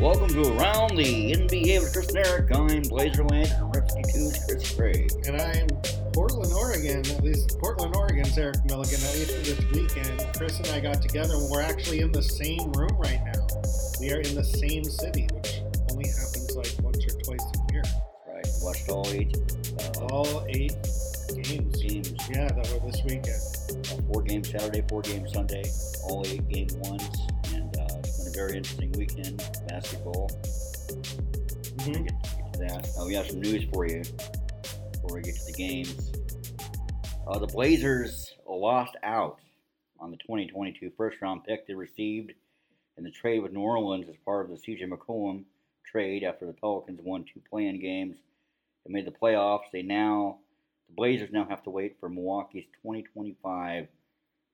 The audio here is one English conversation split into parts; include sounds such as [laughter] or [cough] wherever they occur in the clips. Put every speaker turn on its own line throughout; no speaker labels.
Welcome to Around the NBA with Chris and Eric. I'm Blazerland and Restitute Chris Gray.
And I'm Portland, Oregon. At least Portland, Oregon's Eric Milligan. At least this weekend, Chris and I got together and we're actually in the same room right now. We are in the same city, which only happens like once or twice a year.
Right, watched all eight uh,
All eight games.
games.
Yeah, that were this weekend.
Uh, four games Saturday, four games Sunday, all eight game ones. And uh, it's been a very interesting weekend. Basketball.
Mhm.
that. Uh, we have some news for you before we get to the games. Uh, the Blazers lost out on the 2022 first round pick they received in the trade with New Orleans as part of the CJ McCollum trade after the Pelicans won two play-in games and made the playoffs. They now, the Blazers now have to wait for Milwaukee's 2025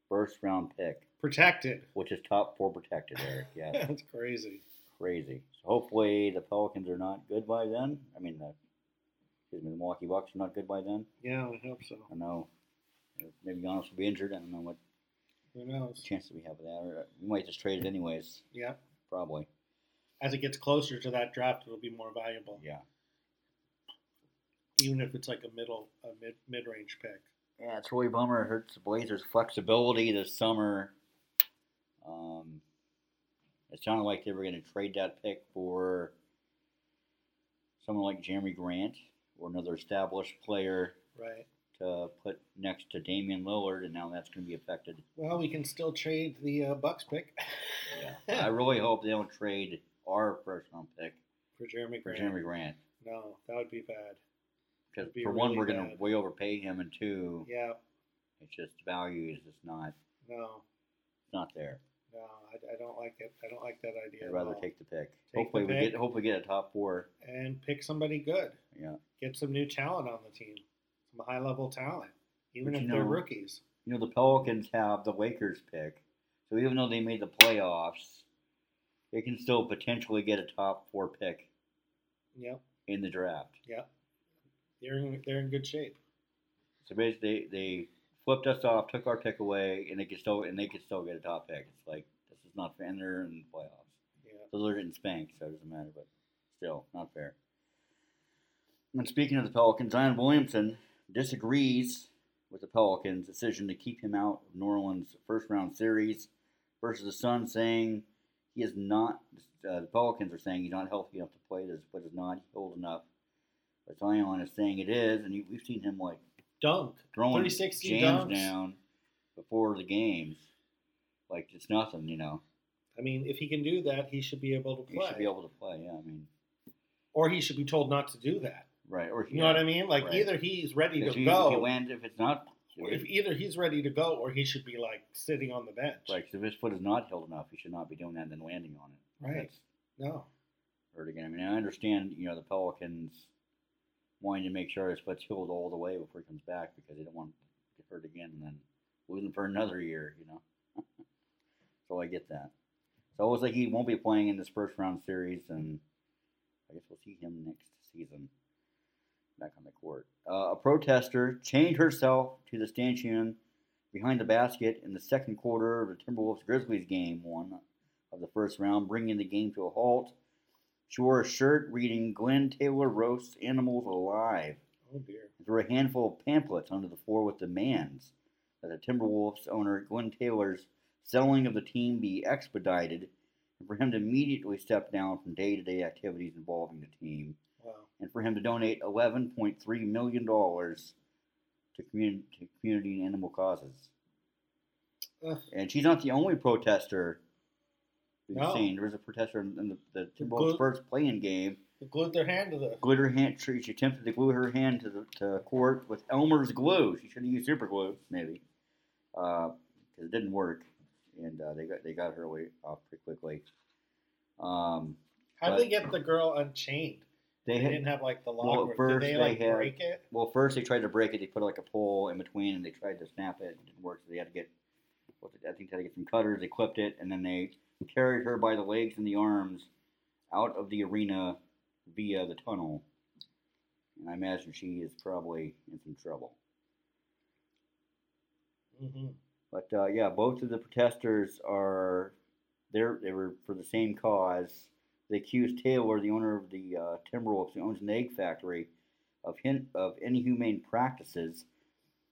first round pick,
Protected.
which is top four protected, Eric. Yeah
That's crazy.
crazy. So hopefully the Pelicans are not good by then. I mean, the, excuse me, the Milwaukee Bucks are not good by then.
Yeah, I hope so.
I know uh, maybe Giannis will be injured. I don't know what
Who knows?
chances we have of that. Or uh, we might just trade it anyways,
Yeah.
probably.
As it gets closer to that draft, it'll be more valuable.
Yeah.
Even if it's like a middle, a mid mid range pick.
Yeah, it's really a bummer. It hurts the Blazers' flexibility this summer. Um, it sounded like they were going to trade that pick for someone like Jeremy Grant or another established player
Right.
to put next to Damian Lillard, and now that's going to be affected.
Well, we can still trade the uh, Bucks pick [laughs]
Yeah. I really hope they don't trade our first round pick
for Jeremy
for
Grant.
Jeremy Grant.
No, that would be bad.
Because
It'd be
for one,
really
we're going to
bad.
way overpay him, and two,
Yeah,
it's just value is just not
no,
it's not there.
no, I, I don't like it. I don't like that idea.
I'd
at
rather
all.
take the pick.
the
hopefully we
pick.
get hopefully get a top four.
and pick somebody good.
Yeah,
Get some new talent on the team, some high level talent, even
But
if
you
they're
know-
rookies.
you know the Pelicans have the Lakers pick, so even though they made the playoffs, they can still potentially get a top four pick
Yep,
in the draft.
yep. They're in, they're in good shape.
So basically, they, they flipped us off, took our pick away, and they could still and they could still get a top pick. It's like this is not fair, and they're in the playoffs.
Yeah.
Those are getting spanked, so it doesn't matter. But still, not fair. And speaking of the Pelicans, Zion Williamson disagrees with the Pelicans' decision to keep him out of New Orleans' first-round series versus the Suns, saying he is not. Uh, the Pelicans are saying he's not healthy enough to play this, but is not old enough. But Zion is saying it is, and you- we've seen him like
Dunk.
throwing
360
jams
dunks.
down before the games. Like it's nothing, you know.
I mean, if he can do that, he should be able to
He
play.
should be able to play. Yeah, I mean,
or he should be told not to do that.
right? Or
You know what I mean? Like
right.
either he's ready to
Because he,
go,
he lands if it's not
or if either he's ready to go, or he should be like sitting on the bench.
like if his foot is not held enough, he should not be doing that and then landing on it.
Right.
That's
No.
hurt again. I mean, I understand you know the Pelicans wanting to make sure his foot's healed all the way before he comes back because they don't want to get hurt again and then lose him for another year. You know, [laughs] so I get that. So it was like he won't be playing in this first round series, and I guess we'll see him next season back on the court. Uh, a protester chained herself to the stanchion behind the basket in the second quarter of the Timberwolves Grizzlies game one of the first round, bringing the game to a halt. She wore a shirt reading Glenn Taylor Roasts Animals Alive
Oh dear.
and threw a handful of pamphlets onto the floor with demands that the Timberwolves owner Glenn Taylor's selling of the team be expedited and for him to immediately step down from day to day activities involving the team
Wow.
and for him to donate $11.3 million to, commun- to community and animal causes.
Ugh.
And she's not the only protester we've
No.
seen. There was a protester in in the, the
The
Timberwolves'
Glu-
first playing game.
They glued their hand to the
Glued her hand. She she attempted to glue her hand to the to court with Elmer's glue. She should have used super glue, maybe, because it didn't work, and uh, they got they got her away off pretty quickly. Um,
How
But-
did they get the girl unchained?
they
They
had
didn't have like the
Well,
lock.
at
room.
first
did
they
they like
had-
break it?
Well, first they tried to break it. They put like a pole in between, and they tried to snap it. It didn't work, so they had to get. What did, I think they had to get some cutters. They clipped it, and then they carried her by the legs and the arms out of the arena via the tunnel. And I imagine she is probably in some trouble.
hmm
But uh, yeah, both of the protesters are there. They were for the same cause. They accused Taylor, the owner of the uh, Timberwolves, who owns an egg factory, of hin- of inhumane practices,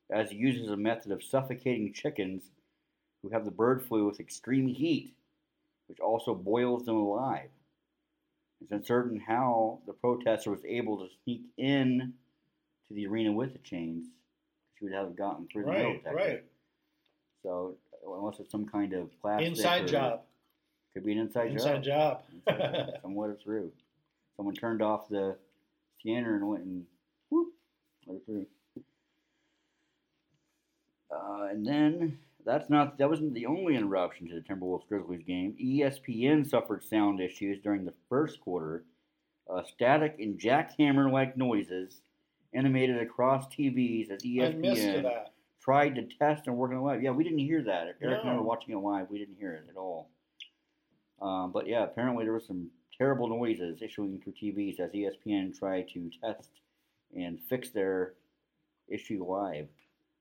as he uses a method of suffocating chickens who have the bird flu with extreme heat, which also boils them alive. It's uncertain how the protester was able to sneak in to the arena with the chains. She would have gotten through the middle.
Right,
technically.
right.
So unless it's some kind of plastic
Inside
or-
job.
could be an inside,
Inside
job.
job.
Inside
[laughs]
job. Someone let it through. Someone turned off the scanner and went and whoop let it through. Uh, and then that's not that wasn't the only interruption to the Timberwolves Grizzlies game. E ESPN suffered sound issues during the first quarter. Uh, static and jackhammer-like noises animated across TVs as E ESPN
I missed that.
tried to test and work on it live. Yeah, we didn't hear that. Eric and I
No.
were watching it live. We didn't hear it at all. Um, but yeah, apparently there were some terrible noises issuing through TVs as E ESPN tried to test and fix their issue live.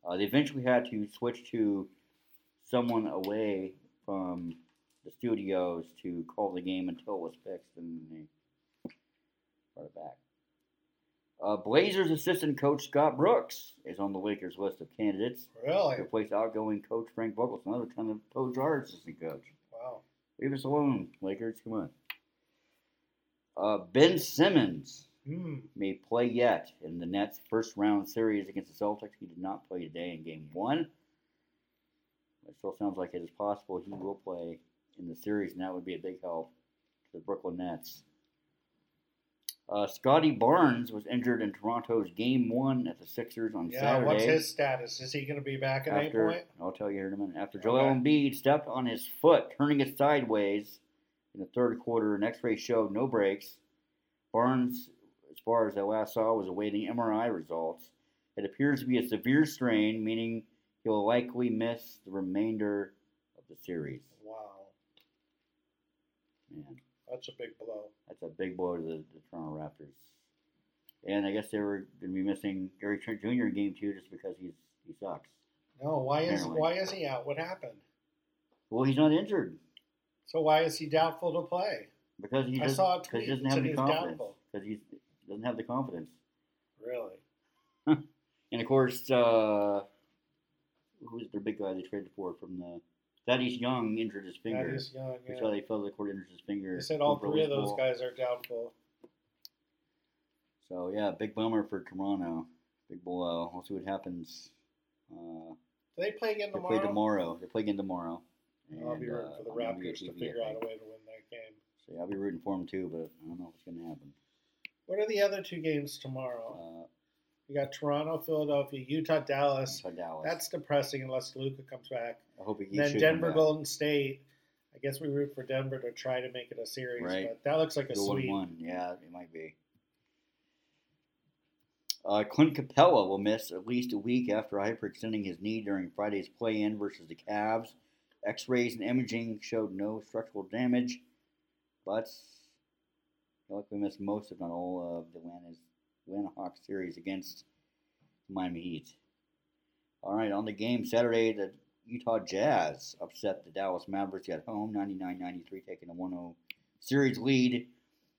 Uh, they eventually had to switch to someone away from the studios to call the game until it was fixed, and they brought it back. Uh, Blazers assistant coach Scott Brooks is on the Lakers' list of candidates
Really?
to replace outgoing coach Frank Vogels, another kind of coach our assistant coach.
Wow.
Leave us alone, Lakers. Come on. Uh, ben Simmons
Hmm.
may play yet in the Nets' first round series against the Celtics. He did not play today in Game One. It still sounds like it is possible he will play in the series, and that would be a big help to the Brooklyn Nets. Uh, Scotty Barnes was injured in Toronto's Game One at the Sixers on
Yeah,
Saturday.
what's his status? Is he going to be back at any
After,
point?
I'll tell you here in a minute. After Joel
Okay.
Embiid stepped on his foot, turning it sideways in the third quarter, an X-ray showed no breaks. Barnes, as far as I last saw, was awaiting MRI results. It appears to be a severe strain, meaning he'll likely miss the remainder of the series.
Wow.
Man,
That's a big blow.
that's a big blow to the, the Toronto Raptors. And I guess they were going to be missing Gary Trent Jr. in Game Two just because he's he sucks.
No, why is
Apparently.
why is he out? What happened?
Well, he's not injured.
So why is he doubtful to play?
Because he
I
just,
saw a
because he doesn't
tweet that
have
said
any
he was
confidence.
doubtful.
Because he doesn't have the confidence.
Really?
And of course, uh, who's their big guy they traded for from the Thaddeus Young injured his finger.
That is young.
That's why
Yeah.
they felt the court injured his finger.
They said all
over
three of
his
those
ball.
guys are doubtful.
So yeah, big bummer for Toronto. Big blow. We'll see what happens. Uh,
Do they play again
they
tomorrow?
play tomorrow. They play again tomorrow.
I'll be
And,
rooting
uh,
for the
on NBA
Raptors to
TV, I
figure out
think.
a way to win that game.
So yeah, I'll be rooting for them too, but I don't know what's going to happen.
What are the other two games tomorrow?
Uh,
You got Toronto, Philadelphia, Utah, Dallas.
so Dallas.
That's depressing unless Luca comes back.
I hope Oh, he uh,
And then
should come
Denver,
back.
Golden State. I guess we root for Denver to try to make it a series,
Right.
but that looks like a
Go one
sweep.
one. Yeah, it might be. Uh, Clint Capella will miss at least a week after hyperextending his knee during Friday's play-in versus the Cavs. X-rays and imaging showed no structural damage, but he likely missed most, if not all, of the Atlanta's Atlanta Hawks series against Miami Heat. All right, on the game Saturday, the Utah Jazz upset the Dallas Mavericks at home, 99-93, taking a 1-0 series lead.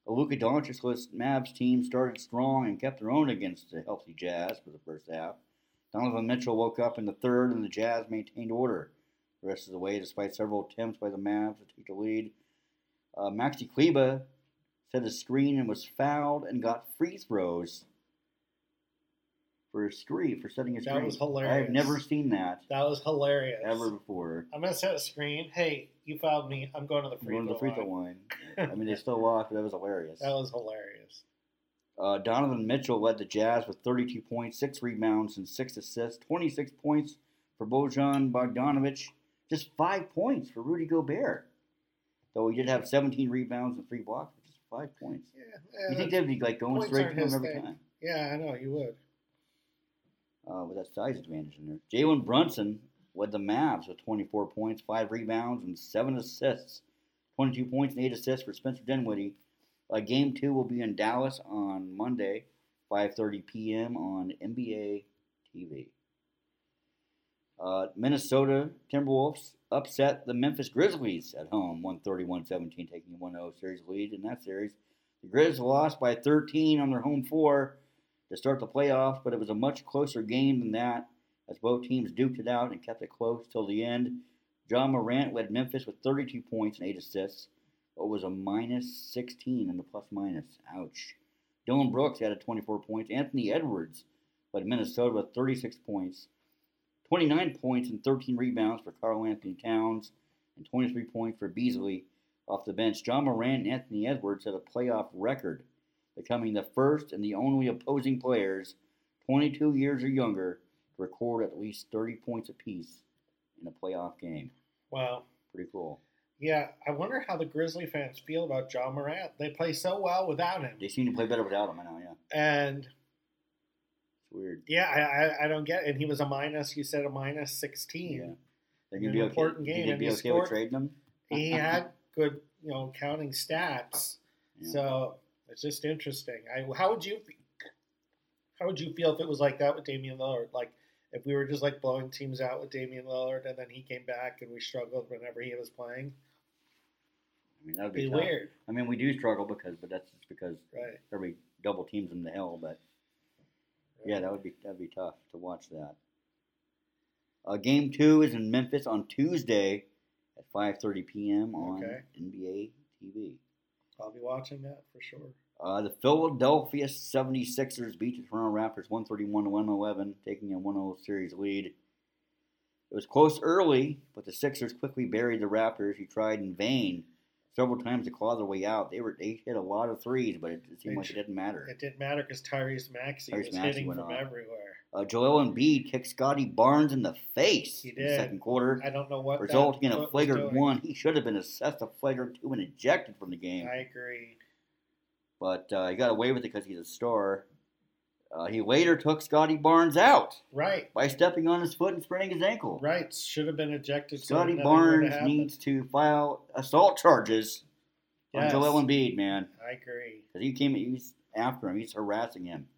The Luka Doncic's Mavs team started strong and kept their own against the healthy Jazz for the first half. Donovan Mitchell woke up in the third, and the Jazz maintained order the rest of the way, despite several attempts by the Mavs to take the lead. Uh, Maxi Kleba set a screen and was fouled and got free throws for a screen for setting a
That
screen.
was
I
hilarious.
have never seen that
That was hilarious.
ever before.
I'm gonna set a screen. Hey, you fouled me. I'm going to the free,
Going to
throw,
the free throw
line.
line.
[laughs]
I mean, they still lost, but that was hilarious.
That was hilarious.
Uh, Donovan Mitchell led the Jazz with 32 points, six rebounds, and six assists. 26 points for Bojan Bogdanovic, just five points for Rudy Gobert. Though he did have 17 rebounds and three blocks, which is five points.
Yeah,
You
yeah,
think they'd be like going
points
straight
aren't
to him
his
every
thing.
time
yeah, I know you would.
uh, with that size advantage in there. Jalen Brunson led the Mavs with 24 points, five rebounds, and seven assists. 22 points and eight assists for Spencer Dinwiddie. Uh, game two will be in Dallas on Monday, 5:30 p.m. on NBA TV. Uh, Minnesota Timberwolves upset the Memphis Grizzlies at home, 131-17, taking a 1-0 series lead in that series. The Grizz lost by 13 on their home floor to start the playoffs, but it was a much closer game than that as both teams duked it out and kept it close till the end. John Morant led Memphis with 32 points and 8 assists, but was a minus 16 in the plus minus. Ouch. Dylan Brooks added 24 points. Anthony Edwards led Minnesota with 36 points, 29 points and 13 rebounds for Carl Anthony Towns, and 23 points for Beasley off the bench. John Morant and Anthony Edwards set a playoff record, becoming the first and the only opposing players 22 years or younger to record at least 30 points apiece in a playoff game.
Wow.
Pretty cool.
Yeah, I wonder how the Grizzly fans feel about John Morant. They play so well without him,
They seem to play better without him, I know, yeah.
and
It's weird.
yeah, I, I, I don't get. It. And he was a minus. You said a minus sixteen.
Yeah. They're going to
An
be okay.
important
you
game,
think
and
they'd
he
be okay
scored-
with trading him? [laughs]
he had good, you know, counting stats.
Yeah.
So it's just interesting. I how would you how would you feel if it was like that with Damian Lillard? Like if we were just like blowing teams out with Damian Lillard, and then he came back and we struggled whenever he was playing.
I mean, that would be
It'd be
tough.
weird,
I mean, we do struggle because, but that's just because
right?
everybody double teams him to hell. But yeah, that would be that'd be tough to watch that. Uh, game two is in Memphis on Tuesday at 5:30 p.m. on
Okay.
NBA TV.
I'll be watching that for sure.
Uh, the Philadelphia 76ers beat the Toronto Raptors 131 to 111, taking a 1 0 series lead. It was close early, but the Sixers quickly buried the Raptors, who tried in vain several times to claw their way out. They were they hit a lot of threes, but it, seemed like it didn't matter.
It didn't matter because Tyrese Maxey
Tyrese
was
Maxey
hitting
went
from
off.
everywhere.
Uh, Joel Embiid kicked Scotty Barnes in the face
He
in the
did.
second quarter,
I don't know what that
resulting in a
foot was
flagrant
doing.
one. He should have been assessed a flagrant two and ejected from the game.
I agree.
but uh, he got away with it because he's a star. Uh, he later took Scotty Barnes out
Right,
by stepping on his foot and spraining his ankle.
right. Should have been ejected. so
Scotty
nothing would have
Barnes
happened.
needs to file assault charges
Yes.
on Joel Embiid, man,
I agree.
because he came, he's after him, he's harassing him.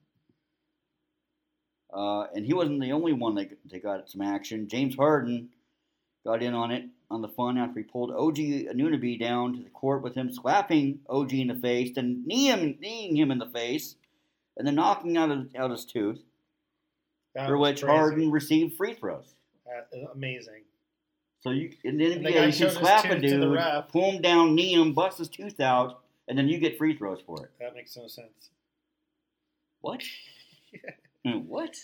Uh, and he wasn't the only one that, that got some action. James Harden got in on it on the fun after he pulled OG Anunoby down to the court with him slapping OG in the face, then knee him, kneeing him in the face, and then knocking out, his out his tooth,
That
for
was
which
crazy.
Harden received free throws.
Uh, amazing.
So you in the
And the
NBA,
guy
you
showed
can
his
slap a
tooth to the
dude,
ref.
pull him down, knee him, bust his tooth out, and then you get free throws for it.
That makes no sense.
What? Hmm, what?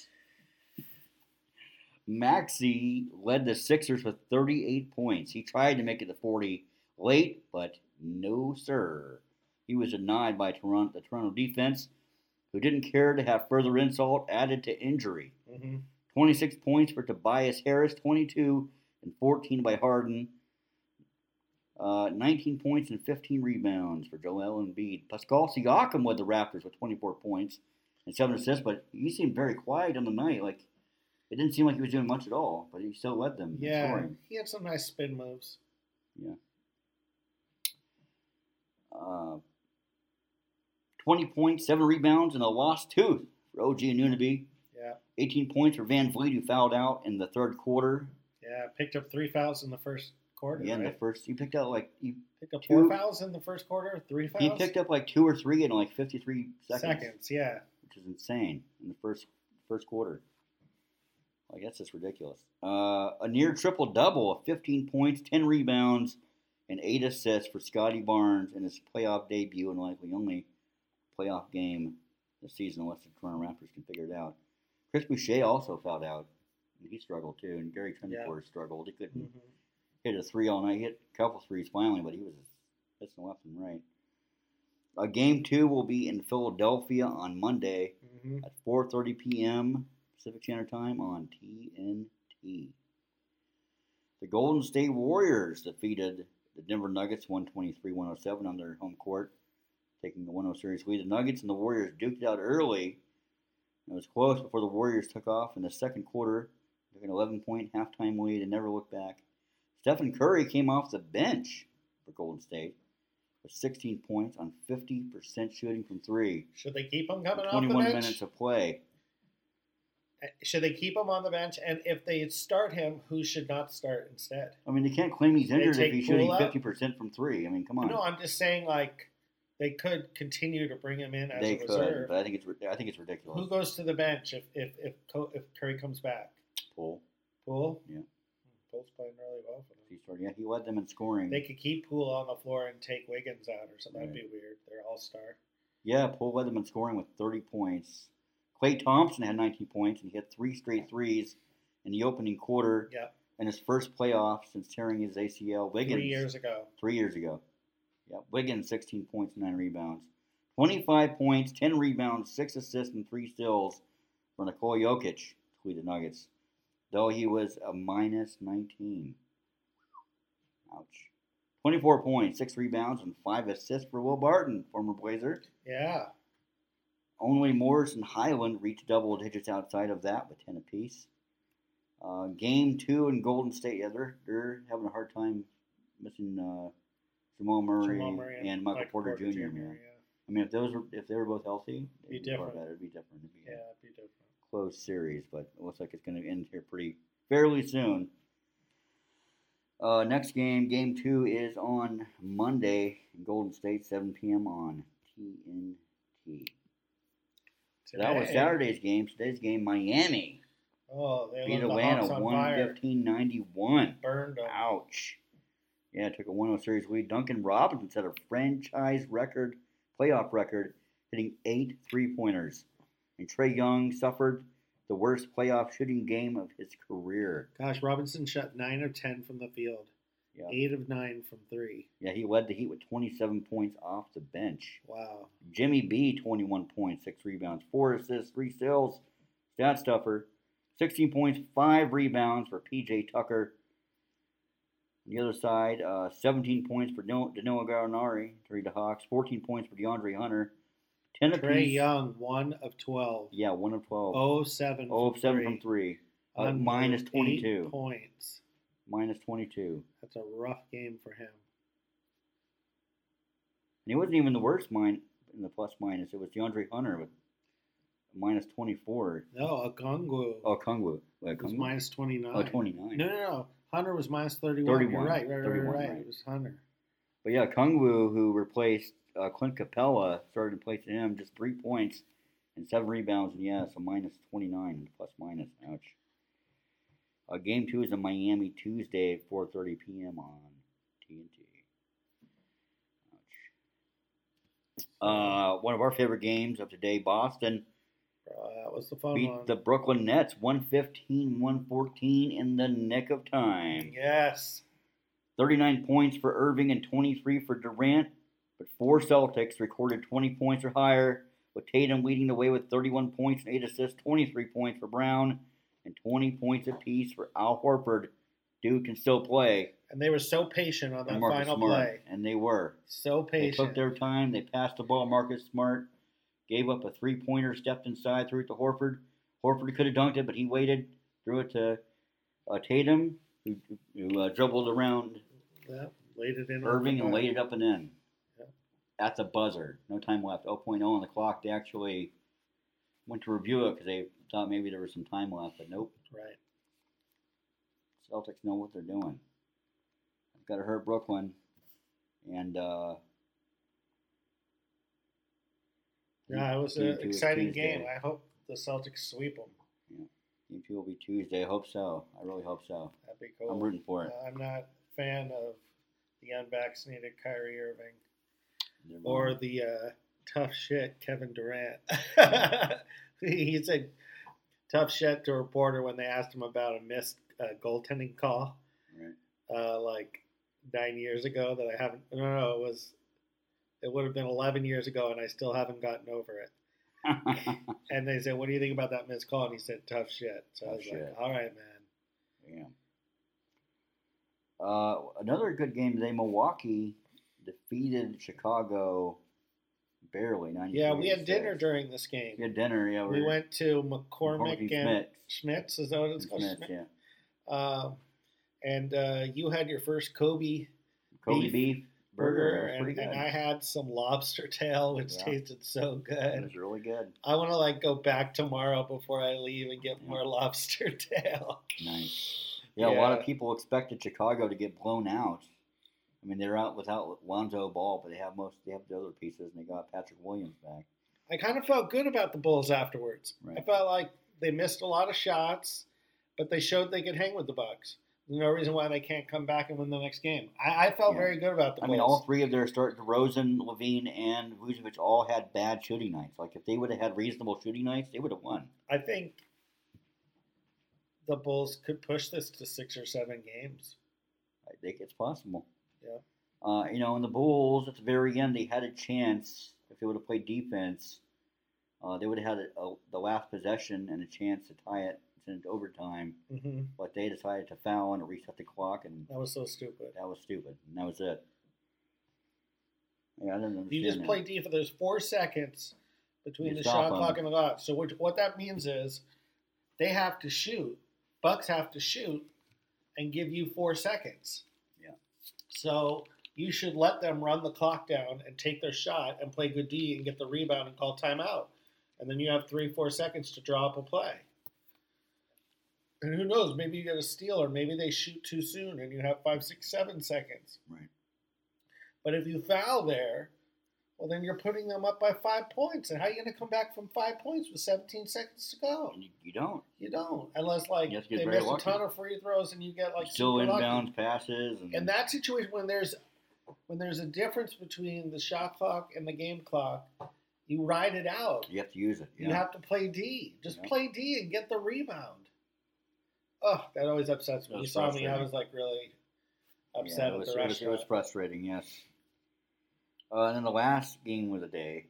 Maxi led the Sixers with 38 points. He tried to make it to 40 late, but no sir. He was denied by Toronto, the Toronto defense, who didn't care to have further insult added to injury.
hmm
26 points for Tobias Harris, 22 and 14 by Harden. Uh, 19 points and 15 rebounds for Joel Embiid. Pascal Siakam led the Raptors with 24 points and 7 assists, but he seemed very quiet on the night. Like, it didn't seem like he was doing much at all, but he still led them. in
Yeah,
scoring.
he had some nice spin moves.
Uh, 20 points, 7 rebounds, and a lost tooth for OG Anunoby.
Yeah,
18 points for Van Vliet, who fouled out in the third quarter.
yeah. Picked up three fouls in the first quarter.
Yeah, in the
right?
first, he picked out like, he
picked up
two-
four fouls in the first quarter. Three fouls.
He picked up like two or three in like 53 seconds,
seconds. Yeah,
which is insane in the first first quarter. Like that's just ridiculous. Uh, a near triple double of 15 points, 10 rebounds, and eight assists for Scotty Barnes in his playoff debut and likely only playoff game this season, unless the Toronto Raptors can figure it out. Chris Boucher also fouled out. and He struggled too, and Gary
Yeah.
Trentford struggled. He couldn't
hmm
hit a three all night. He hit a couple threes finally, but he was hitting left and right. Uh, game two will be in Philadelphia on Monday
hmm
at 4:30 p.m. Pacific Standard Time on TNT. The Golden State Warriors defeated the Denver Nuggets 123-107 on their home court, taking the 1-0 series lead. The Nuggets and the Warriors duked it out early. It was close before the Warriors took off in the second quarter, took an 11-point halftime lead and never looked back. Stephen Curry came off the bench for Golden State with 16 points on 50% shooting from three.
Should they keep him coming off the
21
bench?
minutes of play.
Should they keep him on the bench? And if they start him, who should not start instead?
I mean, they can't claim he's injured if
take
he's shooting
Poole out?
fifty percent from three. I mean, come on.
No, I'm just saying like they could continue to bring him in as
they
a
could,
reserve.
but I think it's ri- I think it's ridiculous.
Who goes to the bench if if if, Co- if Curry comes back?
Poole.
Poole. Hmm,
Yeah.
Poole's playing really well for them.
He started, yeah, he led them in scoring.
They could keep Poole on the floor and take Wiggins out or something. That'd
Right.
be weird. They're all star.
yeah, Poole led them in scoring with thirty points. Clay Thompson had nineteen points and he hit three straight threes in the opening quarter
Yeah.
in his first playoff since tearing his ACL. Wiggins
Three years ago.
three years ago. Yeah, Wiggins, 16 points, 9 rebounds. 25 points, 10 rebounds, 6 assists, and 3 steals for Nikola Jokic, tweeted Nuggets, though he was a minus 19. Ouch. 24 points, 6 rebounds, and 5 assists for Will Barton, former Blazer.
Yeah.
Only Morris and Highland reached double digits outside of that with 10 apiece. Uh, game two in Golden State, yeah, they're, they're having a hard time missing uh, Jamal, Murray
Jamal Murray
and Michael Porter, Jr. man.
Yeah.
I mean, if those were, if they were both healthy,
Be
it'd be, far
different.
better. It'd be different. It'd be
yeah, that'd be different.
a close series, but it looks like it's going to end here pretty fairly soon. Uh, next game, game two is on Monday in Golden State, 7 p.m. on TNT. That was
Today-
Saturday's game. Today's game, Miami
Oh, they
beat
lit the Hawks
Atlanta
on fire.
115-91.
Burned them.
Ouch. Yeah, took a 1-0 series lead. Duncan Robinson set a franchise record, playoff record, hitting eight three-pointers. And Trey Young suffered the worst playoff shooting game of his career.
Gosh, Robinson shot nine of ten from the field,
Yeah,
eight of nine from three.
yeah he led the Heat with 27 points off the bench.
Wow.
Jimmy B, 21 points, 6 rebounds, 4 assists, 3 steals. Stat stuffer, 16 points, 5 rebounds for PJ Tucker. On the other side, uh, 17 points for Dano- Danilo Gallinari, 3 to Hawks, 14 points for DeAndre Hunter, 10
Trey
apiece.
Young, one of 12.
Yeah, 1 of 12.
Oh seven.
Oh,
from
7
three.
from 3. Uh,
On
minus
eight
22.
points.
Minus 22.
That's a rough game for
And
him.
he wasn't even the worst mine in the plus minus. It was DeAndre Hunter with minus 24.
No, Okongwu
Oh, Kungwu. Wait,
was
Kungwu?
minus 29.
Oh, 29.
No, no, no. Hunter was minus 31.
31.
You're right, right, right,
31,
right, right.
right.
It was Hunter.
But yeah, Kung Wu, who replaced uh, Clint Capella, started replacing him just three points and seven rebounds, and yeah, so minus 29, plus minus. Ouch. Uh, game two is in Miami Tuesday at 4.30 p.m. on TNT. Ouch. Uh, one of our favorite games of today, Boston
Uh, that was the fun one.
beat the Brooklyn Nets 115-114 in the nick of time.
yes.
39 points for Irving and 23 for Durant, but four Celtics recorded 20 points or higher, with Tatum leading the way with 31 points and 8 assists, 23 points for Brown, and 20 points apiece for Al Horford. Dude can still play.
And they were so patient on
and
that
Marcus
final
Smart,
play.
And they were.
So patient.
They took their time. They passed the ball. Marcus Smart gave up a three pointer, stepped inside, threw it to Horford. Horford could have dunked it, but he waited, threw it to uh, Tatum, who, who uh, dribbled around
Yeah, laid it in. over
Irving
the
and
net.
laid it up and in.
Yeah.
At the buzzer. No time left. 0.0 on the clock. They actually went to review it because they thought maybe there was some time left, but nope.
Right.
Celtics know what they're doing. It's got to hurt Brooklyn. And uh,
Yeah, it was
Game
an
two is
exciting
Tuesday.
game. I hope the Celtics sweep them.
game two will be Tuesday. I hope so. I really hope so.
That'd be cool.
I'm rooting for it.
Uh, I'm not a fan of the unvaccinated Kyrie Irving
They're
or
really-
the uh, tough shit Kevin Durant. [laughs] he said tough shit to a reporter when they asked him about a missed uh, goaltending call
Right.
uh, like nine years ago that I haven't. No, no, it was. It would have been 11 years ago, and I still haven't gotten over
[laughs]
it. And they said, "What do you think about that missed call?" And he said, "Tough shit." So I
Tough
was
shit.
like, "All right, man."
Yeah. Uh, another good game today. Milwaukee defeated Chicago barely. 93
Yeah, we had
86.
dinner during this game.
We had dinner. Yeah,
We
were-
went to McCormick
McCormick
and
Schmitz.
Schmitz. Is that what it's called?
Schmitz,
Schmitz.
yeah.
Um, and uh, you had your first Kobe
Kobe
Beef.
beef.
burger,
It was
and,
pretty
and
good.
I had some lobster [laughs] tail, which
Yeah.
tasted so
it
good.
was really good.
I want to like go back tomorrow before I leave and get
Yeah.
more [laughs] lobster tail.
Nice. Yeah, a lot
Yeah.
of people expected Chicago to get blown out. I mean, they're out without Lonzo Ball, but they have most. They have the other pieces, and they got Patrick Williams back.
I kind of felt good about the Bulls afterwards. I
Right.
felt like they missed a lot of shots, but they showed they could hang with the Bucks. There's no reason why they can't come back and win the next game. I, I felt
Yeah.
very good about the
I
Bulls.
mean, all three of their start, Rosen, Levine, and Vucevic, all had bad shooting nights. Like if they would have had reasonable shooting nights, they would have won.
I think the Bulls could push this to six or seven games.
I think it's possible.
Yeah.
Uh, you know, and the Bulls at the very end, they had a chance. If they would have played defense, uh, they would have had a, a, the last possession and a chance to tie it into overtime.
hmm
But they decided to foul and to reset the clock, and
That was so stupid.
that was stupid. And that was it. Yeah, I didn't understand.
You just
that.
play D for those four seconds between
You
the
stop
shot
'em.
clock and the clock. So what, what that means is they have to shoot. Bucks have to shoot and give you four seconds.
Yeah.
So you should let them run the clock down and take their shot and play good D and get the rebound and call timeout. And then you have three, four seconds to draw up a play. And who knows? Maybe you get a steal, or maybe they shoot too soon, and you have five, six, seven seconds.
Right.
But if you foul there, well, then you're putting them up by five points. And how are you going to come back from five points with 17 seconds to go?
And you, you don't.
You don't, unless like
You have to get
they
very
miss a
lucky.
ton of free throws and you get like
Still
super lucky.
inbound passes, and,
In that situation, when there's when there's a difference between the shot clock and the game clock, you ride it out.
you have to use it. Yeah.
You have to play D. Just
Yeah.
play D and get the rebound. Oh, that always upsets me.
That
You
was
saw me; I
frustrating.
was like really
Yeah,
upset
it
at
was,
the
it was- It
restaurant.
was frustrating, yes. Uh, and then the last game of the day,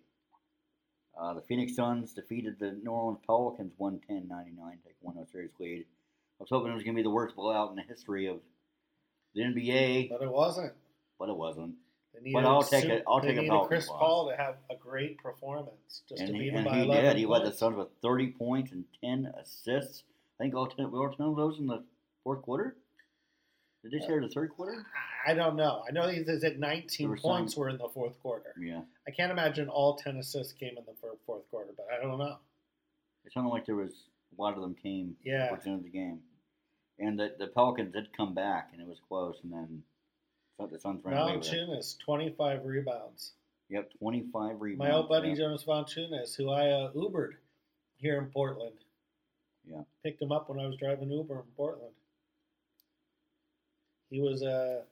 uh, the Phoenix Suns defeated the New Orleans Pelicans 110-99, take 1-0 series lead. I was hoping it was going to be the worst blowout in the history of the NBA,
but it wasn't.
but it wasn't.
They needed
But I'll
a
take
suit-
it- I'll
they
take a
needed
Pelican
Chris
loss.
Paul to have a great performance just
And
to
he,
beat him
and
by
he
11
did. He led the
points.
Suns with 30 points and 10 assists. I think all 10, were all 10 of those in the fourth quarter? Did they share the third quarter?
I- I don't know. I know he says that 19
There were
points were in the fourth quarter.
Yeah.
I can't imagine all 10 assists came in the fir- fourth quarter, but I don't know.
It sounded like there was a lot of them came
Yeah.
towards the end of the game, and the the Pelicans did come back, and it was close, and then so the Suns ran away with it.
Valanciunas, 25 rebounds.
Yep, twenty five rebounds.
My old buddy
yeah.
Jonas Valanciunas, who I uh, Ubered here in Portland.
Yeah.
Picked him up when I was driving Uber in Portland. He was uh,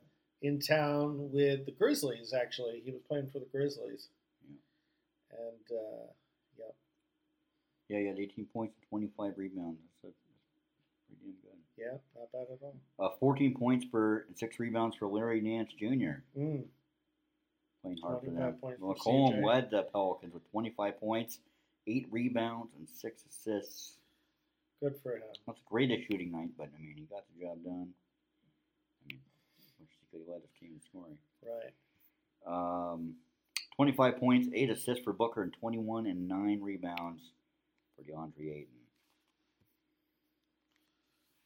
in town with the Grizzlies, actually. He was playing for the Grizzlies.
Yeah.
And uh, yep,
yeah, yeah, eighteen points, and twenty five rebounds. That's, that's pretty damn good.
yeah, not bad at all.
Uh, fourteen points for and six rebounds for Larry Nance Jr.
Mm.
Playing hard for
25
them.
points for
McCollum
CJ.
led the Pelicans with twenty five points, eight rebounds, and six assists.
Good for him.
Not the greatest shooting night, but I mean, he got the job done. I mean, which he could have led his team in scoring.
Right.
Um, 25 points, 8 assists for Booker, and 21 and 9 rebounds for DeAndre Ayton.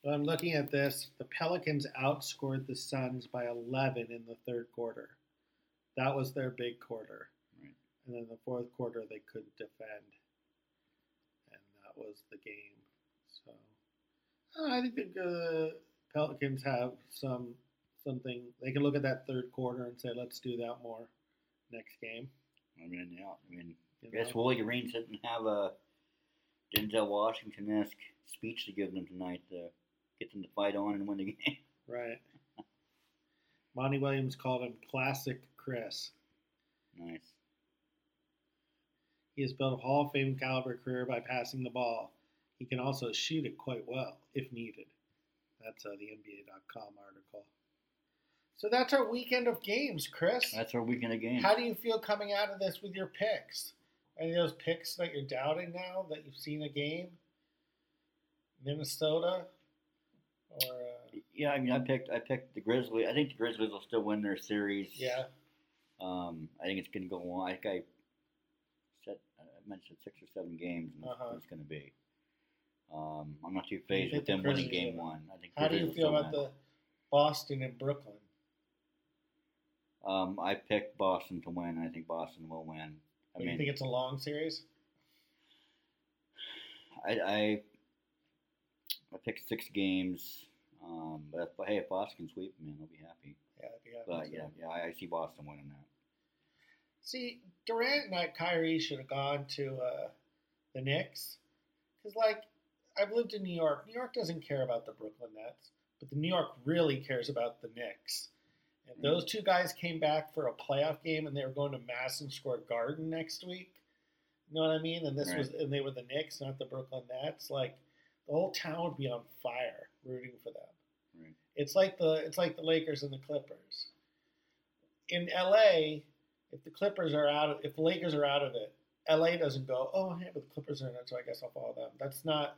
But I'm looking at this. The Pelicans outscored the Suns by 11 in the third quarter. That was their big quarter.
Right.
And then the fourth quarter, they couldn't defend. And that was the game. So uh, I think the uh, Pelicans have some something. They can look at that third quarter and say, let's do that more next game.
I mean, yeah, I mean,
you
I guess
know?
Willie Green didn't have a Denzel Washington esque speech to give them tonight to get them to fight on and win the [laughs] game.
Right. Monty Williams called him Classic Chris.
nice.
He has built a Hall of Fame caliber career by passing the ball. He can also shoot it quite well if needed. That's uh, the NBA.com article. So that's our weekend of games, Chris.
That's our weekend of games.
How do you feel coming out of this with your picks? Any of those picks that you're doubting now that you've seen a game? Minnesota? Or, uh,
yeah, I mean, I picked, I picked the Grizzlies. I think the Grizzlies will still win their series.
yeah.
Um, I think it's going to go long. I think I said I mentioned six or seven games, and that's
Uh-huh.
what it's going to be. Um, I'm not too
you
phased
think
with
the
them winning
Grizzlies
game
will-
one. I think
How do
Grizzlies
you
will
feel
still
about
win.
the Boston and Brooklyn?
Um, I picked Boston to win. I think Boston will win. I
Do you think
mean,
it's a long series?
I, I I picked six games. Um, but, if- but hey, if Boston can sweep, man, I'll be happy.
Yeah, if you got
But
one,
yeah,
so.
yeah, I, I see Boston winning that.
See, Durant, not Kyrie, should have gone to uh, the Knicks. Because, like, I've lived in New York. New York doesn't care about the Brooklyn Nets, but the New York really cares about the Knicks. And those two guys came back for a playoff game, and they were going to Madison Square Garden next week. You know what I mean? And this was, and they were the Knicks, not the Brooklyn Nets. Like, the whole town would be on fire rooting for them.
Right.
It's like the it's like the Lakers and the Clippers. In LA, if the Clippers are out, of, if the Lakers are out of it, LA doesn't go. Oh, hey, but the Clippers are in it, so I guess I'll follow them. That's not.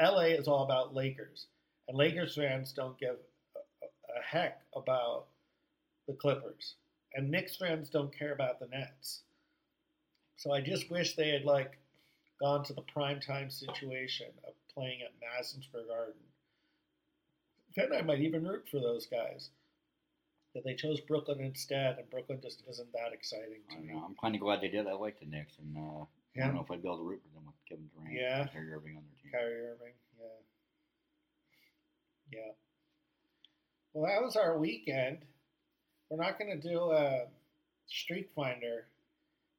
LA is all about Lakers, and Lakers fans don't give a, a heck about the Clippers, and Knicks fans don't care about the Nets. So I just wish they had like gone to the primetime situation of playing at Madison Square Garden. Then I might even root for those guys. That they chose Brooklyn instead, and Brooklyn just isn't that exciting
I
to
don't
me.
know. I'm kind of glad they did. I like the Knicks, and uh, I
Yeah,
don't know if I'd be able to root for them with Kevin Durant,
Yeah.
and Kyrie Irving on their team.
Kyrie Irving. Yeah, yeah. Well, that was our weekend. We're not going to do a Street Finder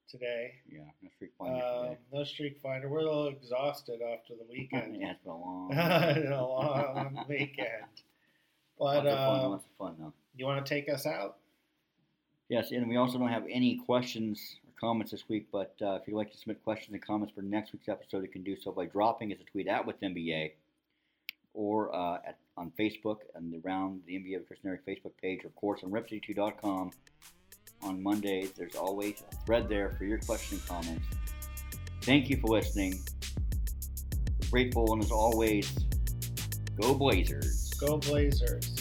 today.
Yeah, that's pretty fun.
Um, no Street Finder. We're a little exhausted after the weekend.
[laughs] yeah, it's been a long.
[laughs] a long weekend. But
lots of fun,
uh,
lots of fun though.
you want to take us out?
Yes, and we also don't have any questions or comments this week, but uh, if you'd like to submit questions and comments for next week's episode, you can do so by dropping us a tweet at with NBA or uh, at, on Facebook and the Round the NBA with Chris and Eric Facebook page, or of course on repc2.com. On Mondays, there's always a thread there for your questions and comments. Thank you for listening. We're grateful, and as always, go Blazers.
Go Blazers.